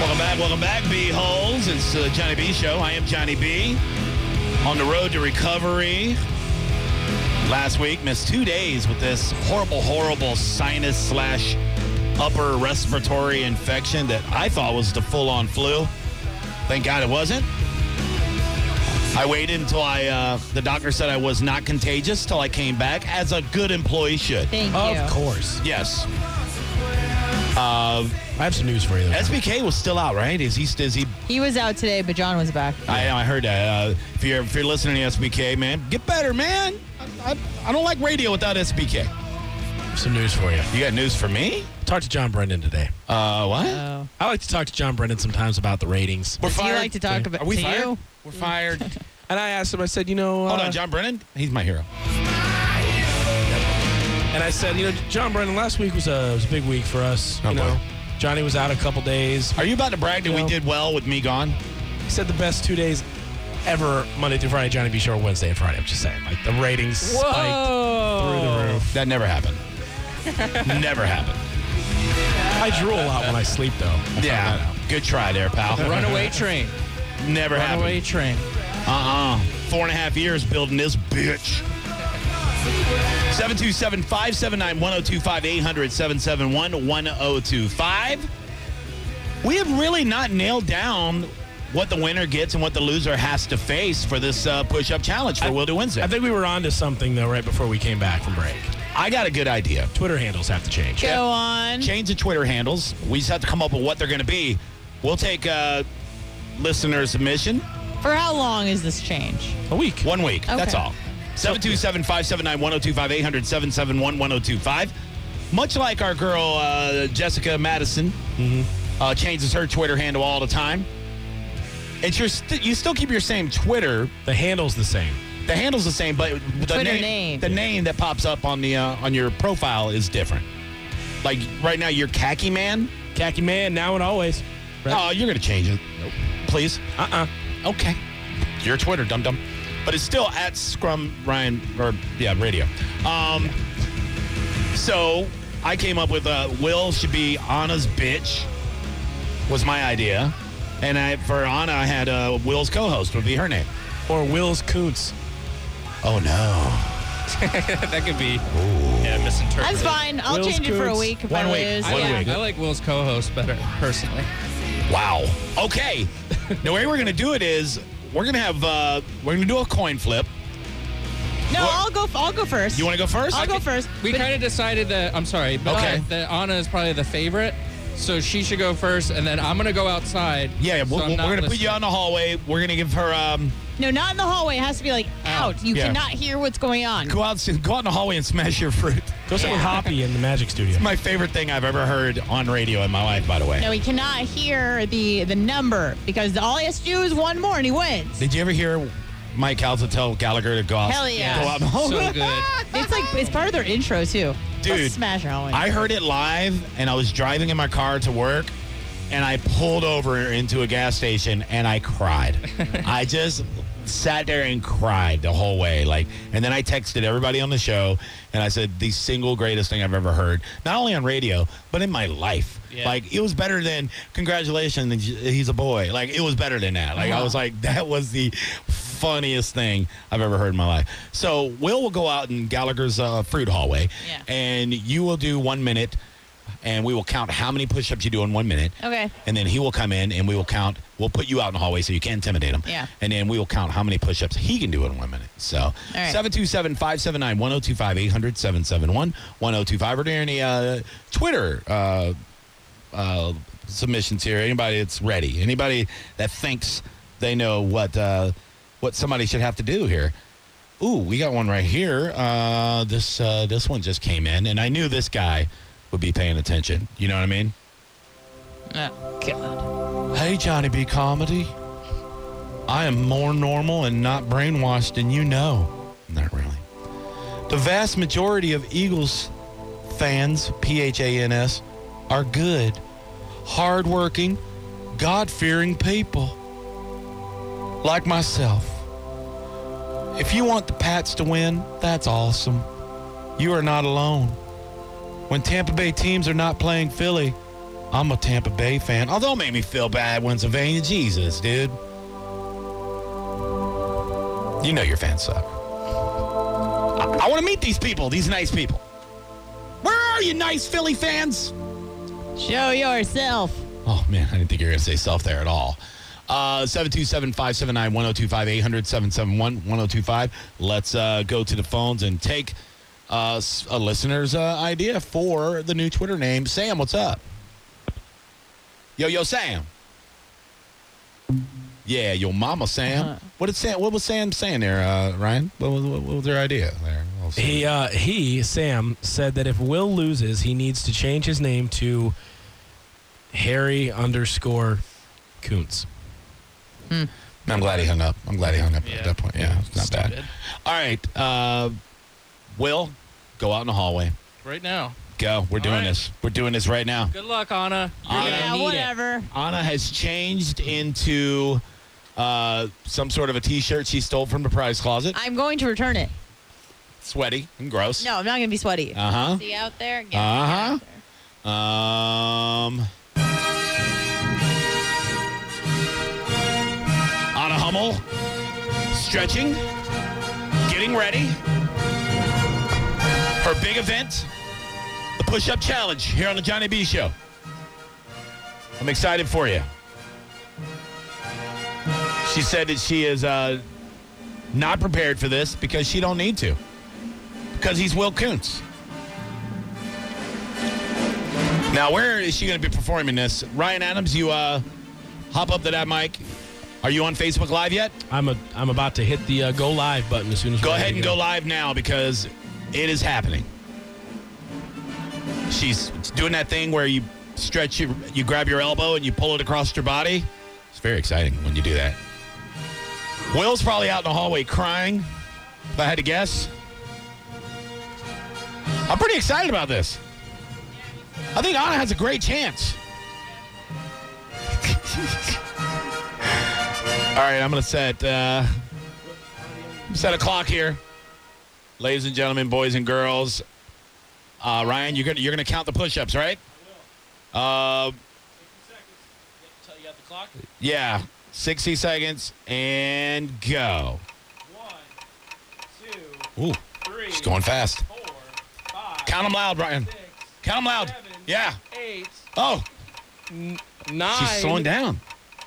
Welcome back, welcome back, B Holes. It's uh, Johnny B Show. I am Johnny B. On the road to recovery. Last week, missed two days with this horrible, horrible sinus slash upper respiratory infection that I thought was the full on flu. Thank God it wasn't. I waited until I, uh, the doctor said I was not contagious till I came back, as a good employee should. Thank you. Of course. Yes. I have some news for you. Though. SBK was still out, right? Is he, is he He was out today, but John was back. I know. I heard that. Uh, if you're if you're listening to SBK, man, get better, man. I, I, I don't like radio without SBK. Some news for you. You got news for me? Talked to John Brendan today. Uh, what? Oh. I like to talk to John Brendan sometimes about the ratings. We're Does he fired. like to talk about Are we to fired? you? We're fired. and I asked him. I said, you know, Hold uh, on, John Brennan. He's my hero. and I said, you know, John Brendan. Last week was a was a big week for us. Oh, you boy. know, Johnny was out a couple days. Are you about to brag that we No. did well with me gone? He said the best two days ever, Monday through Friday. Johnny B. Show Wednesday and Friday. I'm just saying, like the ratings spiked through Whoa. the roof. That never happened. never happened. I drool a lot when I sleep though. I found that Yeah. out. Good try there, pal. Runaway train. Never Runaway happened. train. Uh-uh. Four and a half years building this bitch. 727-579-1025, 800-771-1025. We have really not nailed down what the winner gets and what the loser has to face for this uh, push-up challenge for Will to Wednesday. I I, think we were on to something though right before we came back from break. got a good idea. Twitter handles have to change. Go on. Change the Twitter handles. We just have to come up with what they're going to be. We'll take uh, listener submission. For how long is this change? A week. One week. That's all. 727 579 1025 800 771 1025. Much like our girl uh, Jessica Madison uh, changes her Twitter handle all the time. It's your st- you still keep your same Twitter. The handle's the same. The handle's the same, but the Twitter name. the name that pops up on the uh, on your profile is different. Like right now, you're Khaki Man. Khaki man, now and always. Right? Oh, you're gonna change it. Nope. Please. Uh uh Okay. Your Twitter, dum dum. But it's still at Scrum Ryan or yeah, radio. Um so I came up with uh Will should be Anna's bitch was my idea. And I for Anna I had uh Will's co host would be her name. Or Will's Koontz. Oh no. that could be. Yeah, misinterpreted. That's fine. I'll Will's change it for a Coots. week if Uh, One I week. lose. One yeah. week. I like Will's co-host better personally. Wow. Okay. the way we're gonna do it is we're gonna have uh we're gonna do a coin flip. No, What? I'll go. I'll go first. You wanna go first? I'll go first. We But- kind of decided that I'm sorry, but Okay. that Anna is probably the favorite, so she should go first, and then I'm gonna go outside. Yeah, yeah, so we're, I'm we're not gonna put you listening. out in the hallway. We're gonna give her um no, not in the hallway. It has to be like out. You Yeah. cannot hear what's going on. go out go out in the hallway and smash your fruit. Go sit with Hoppy in the Magic Studio. My favorite thing I've ever heard on radio in my life, by the way. No, he cannot hear the the number because all he has to do is one more and he wins. Did you ever hear Mike Calza tell Gallagher to go out? Hell yeah. Go out. So good. It's like it's part of their intro too. Dude, Let's smash it. I'll win. I heard it live, and I was driving in my car to work, and I pulled over into a gas station, and I cried. I just sat there and cried the whole way. Like, and then I texted everybody on the show, and I said the single greatest thing I've ever heard, not only on radio but in my life. Yeah. Like, it was better than congratulations, he's a boy. Like, it was better than that. Like, I was like, that was the funniest thing I've ever heard in my life. So Will will go out in Gallagher's uh, fruit hallway, Yeah. and you will do one minute, and we will count how many push-ups you do in one minute. Okay. And then he will come in, and we will count. We'll put you out in the hallway so you can't intimidate him. Yeah. And then we will count how many push-ups he can do in one minute. So right. 727-579-1025-800-771-1025. Are there any uh, Twitter uh, uh, submissions here? Anybody that's ready? Anybody that thinks they know what uh, what somebody should have to do here? Ooh, we got one right here. Uh, this uh, this one just came in, and I knew this guy would be paying attention. You know what I mean? Oh, God. Hey, Johnny B. Comedy. I am more normal and not brainwashed than you know. Not really. The vast majority of Eagles fans, P H A N S, are good, hardworking, God fearing people like myself. If you want the Pats to win, that's awesome. You are not alone. When Tampa Bay teams are not playing Philly, I'm a Tampa Bay fan. Although it made me feel bad when Savannah Jesus, dude. You know your fans suck. I, I want to meet these people, these nice people. Where are you, nice Philly fans? Show yourself. Oh, man, I didn't think you were going to say self there at all. Uh, 727 579 1025 800 771 1025. Let's uh, go to the phones and take uh, s- a listener's uh, idea for the new Twitter name. Sam, what's up? Yo, yo, Sam. Yeah, yo, mama, Sam. What did Sam? What was Sam saying there, uh, Ryan? What was, what was their idea there? He, uh, he, Sam, said that if Will loses, he needs to change his name to Harry underscore Koontz. I'm glad he hung up. I'm glad he hung up Yeah. at that point. Yeah, it's not bad. Stupid. All right, uh, Will, go out in the hallway. Right now. Go. We're doing right. this. We're doing this right now. Good luck, Anna. You're Anna. gonna yeah, need it. whatever. Anna has changed into uh, some sort of a T-shirt she stole from the prize closet. I'm going to return it. Sweaty and gross. No, I'm not going to be sweaty. Uh See you out there? Get Uh-huh. out there. huh. Um. Anna Hummel, stretching, getting ready. Her big event, the push-up challenge here on the Johnny B Show. I'm excited for you. She said that she is uh, not prepared for this because she don't need to. Because he's Will Koontz. Now, where is she going to be performing this? Ryan Adams, you uh, hop up to that mic. Are you on Facebook Live yet? I'm a, I'm about to hit the uh, go live button as soon as. Go we're ahead ready and to go live now because it is happening. She's doing that thing where you stretch your, you grab your elbow and you pull it across your body. It's very exciting when you do that. Will's probably out in the hallway crying, if I had to guess. I'm pretty excited about this. I think Anna has a great chance. All right, I'm going to set. Uh, set a clock here. Ladies and gentlemen, boys and girls. Uh, Ryan, you're gonna you're gonna count the push-ups, right? Uh, You got the clock. yeah, 60 seconds and go. One, two, Ooh, three, it's going fast. four, five, Count them loud, Ryan. Count them loud. Yeah. Eight, Oh, nine, she's slowing down.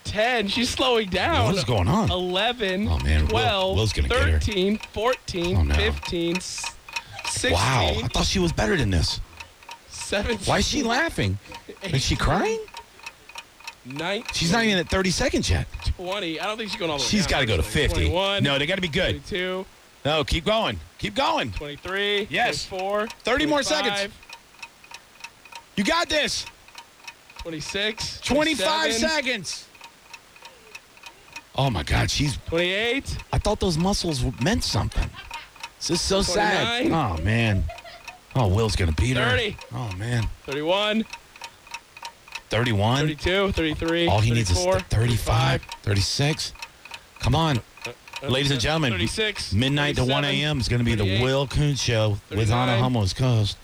ten. She's slowing down. What is going on? 11, Oh, man, Will- 12, Will's gonna get her. 13, 14, Oh, no. 15, s- 16, Wow, I thought she was better than this. 17, Why is she laughing? Is she crying? 19, She's not even at 30 seconds yet. 20. I don't think she's going all the way She's down, got to go to actually. 50. 21, No, they got to be good. 22, No, keep going. Keep going. 23, Yes. 24, 30 more 25, seconds. You got this. 26, 25 27, seconds. Oh my God, she's. 28, I thought those muscles meant something. This is so sad. 29. Oh man. Oh, Will's gonna beat her. 30. Oh man. 31, 31. 32, 33, All he needs is 34, th- 35, 36. Come on. Ladies and gentlemen, 36, midnight to 1 37, a.m. is gonna be the 38, Will Coon show with 39, Anna Hummel as host.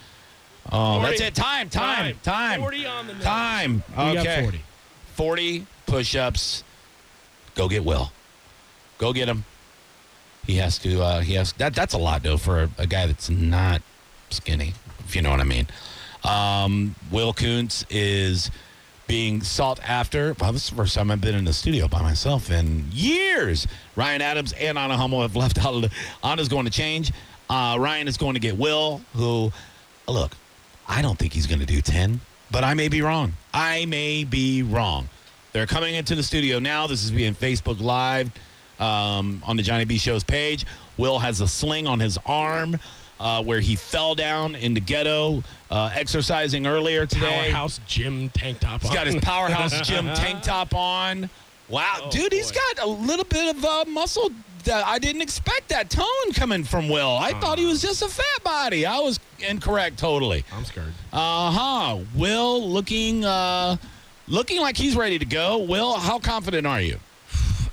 Oh, that's 40, it. Time, time, time, 40 on the nose. time. We got Okay. 40. 40 push ups. Go get Will. Go get him. He has to, uh, he has, that, that's a lot though for a, a guy that's not skinny, if you know what I mean. Um, Will Koontz is being sought after. Well, this is the first time I've been in the studio by myself in years. Ryan Adams and Anna Hummel have left out of the, Anna's going to change. Uh, Ryan is going to get Will, who, uh, look, I don't think he's going to do 10, but I may be wrong. I may be wrong. They're coming into the studio now. This is being Facebook Live. um, on the Johnny B Show's page. Will has a sling on his arm uh, where he fell down in the ghetto uh, exercising earlier today. Powerhouse gym tank top on. He's got his powerhouse gym tank top on. Wow, Oh, dude, he's boy. got a little bit of uh, muscle. That I didn't expect that tone coming from Will. I Uh-huh. thought he was just a fat body. I was incorrect totally. I'm scared. Uh huh. Will looking uh, looking like he's ready to go. Will, how confident are you?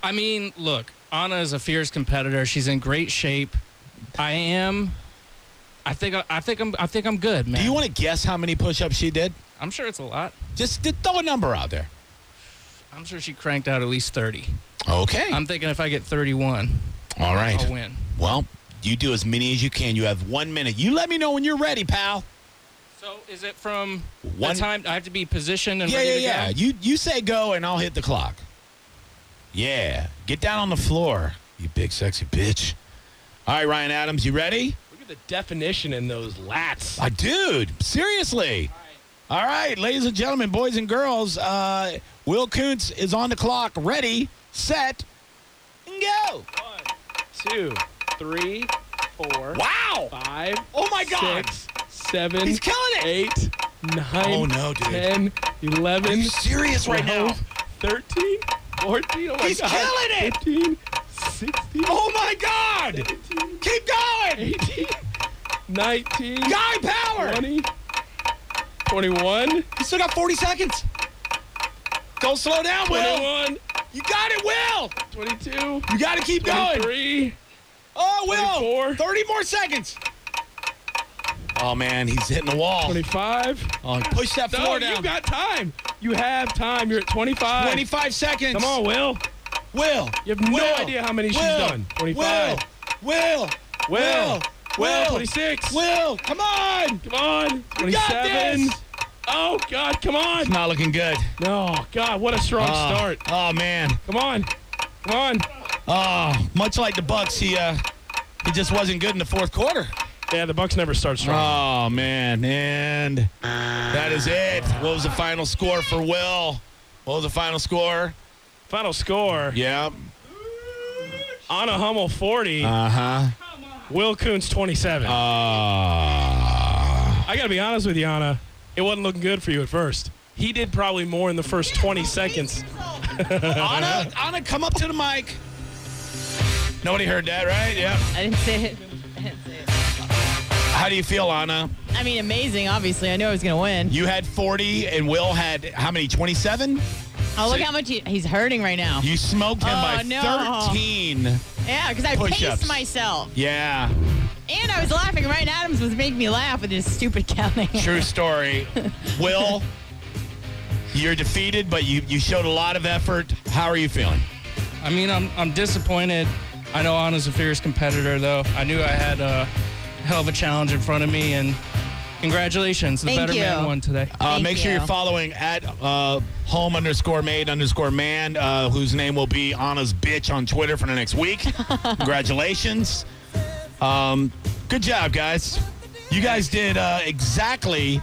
I mean, look, Anna is a fierce competitor. She's in great shape. I am. I think. I think I'm. I think I'm good, man. Do you want to guess how many push-ups she did? I'm sure it's a lot. Just th- throw a number out there. I'm sure she cranked out at least 30. Okay. I'm thinking if I get 31, All right. I'll win. Well, you do as many as you can. You have one minute. You let me know when you're ready, pal. So is it from One- what time I have to be positioned and Yeah, ready yeah, yeah. to go? You you say go, and I'll hit the clock. Yeah. Get down on the floor, you big sexy bitch. All right, Ryan Adams, you ready? Look at the definition in those lats. Uh, dude, seriously. All right, ladies and gentlemen, boys and girls, uh, Will Koontz is on the clock, ready, set, and go. One, two, three, four, Wow. five, Oh my God. six, seven, He's killing it. eight, nine, Oh, no, dude. 10, 11, Are you serious right now? 12, 13, 14, oh my He's God, killing it. 15, 16, Oh my God. Keep going. 18, 19, Guy power. 20, 21, You still got 40 seconds. Don't slow down, Will. 21, You got it, Will. 22, You got to keep going. 23. Oh, Will. 24. 30 more seconds. Oh, man, he's hitting the wall. 25. Oh, push that No, floor you down. got time. You have time. You're at 25. 25 seconds. Come on, Will. Will. You have no Will. idea how many she's Will. done. 25. Will. Will. Will. Will. Will. 26. Will. Come on. Come on. You got 27. this. Oh, God. Come on. Not looking good. No, God. What a strong start. Oh man. Come on. Come on. Oh, much like the Bucks, he uh, he just wasn't good in the fourth quarter. Yeah, the Bucks never start strong. Oh man, and that is it. What was the final score for Will? What was the final score? Final score Yeah. Anna Hummel 40, Uh huh. Will Koontz 27. Uh, I got to be honest with you, Anna. It wasn't looking good for you at first. He did probably more in the first 20 seconds. Anna, Anna, come up to the mic. Nobody heard that, right? Yeah. I didn't say it. I didn't say it. How do you feel, Anna? I mean, amazing, obviously. I knew I was going to win. You had 40, and Will had how many? 27. Oh, look how much he, he's hurting right now. You smoked him Oh, by no. 13. Yeah, because I Push-ups. paced myself. Yeah, And I was laughing. Ryan Adams was making me laugh with his stupid counting. true story. Will, you're defeated, but you you showed a lot of effort. How are you feeling? I mean, I'm I'm disappointed. I know Anna's a fierce competitor, though. I knew I had a hell of a challenge in front of me, and congratulations, the Thank better you. man won today. Uh, Thank make sure you. you're following at uh, home underscore made underscore man, uh, whose name will be Anna's bitch on Twitter for the next week. Congratulations. Um, good job, guys. You guys did uh, exactly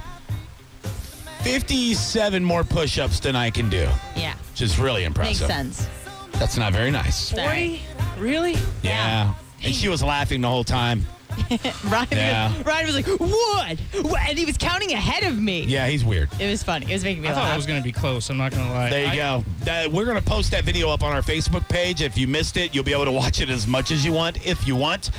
57 more push ups than I can do, Yeah, which is really makes impressive. sense. That's not very nice. Sorry. Really? Yeah. And she was laughing the whole time. Ryan, Yeah. was, Ryan was like, what? what? And he was counting ahead of me. Yeah, he's weird. It was funny. It was making me I laugh. thought it was gonna be close. I'm not gonna lie. There you I- go. That- we're going to post that video up on our Facebook page. If you missed it, you'll be able to watch it as much as you want, if you want.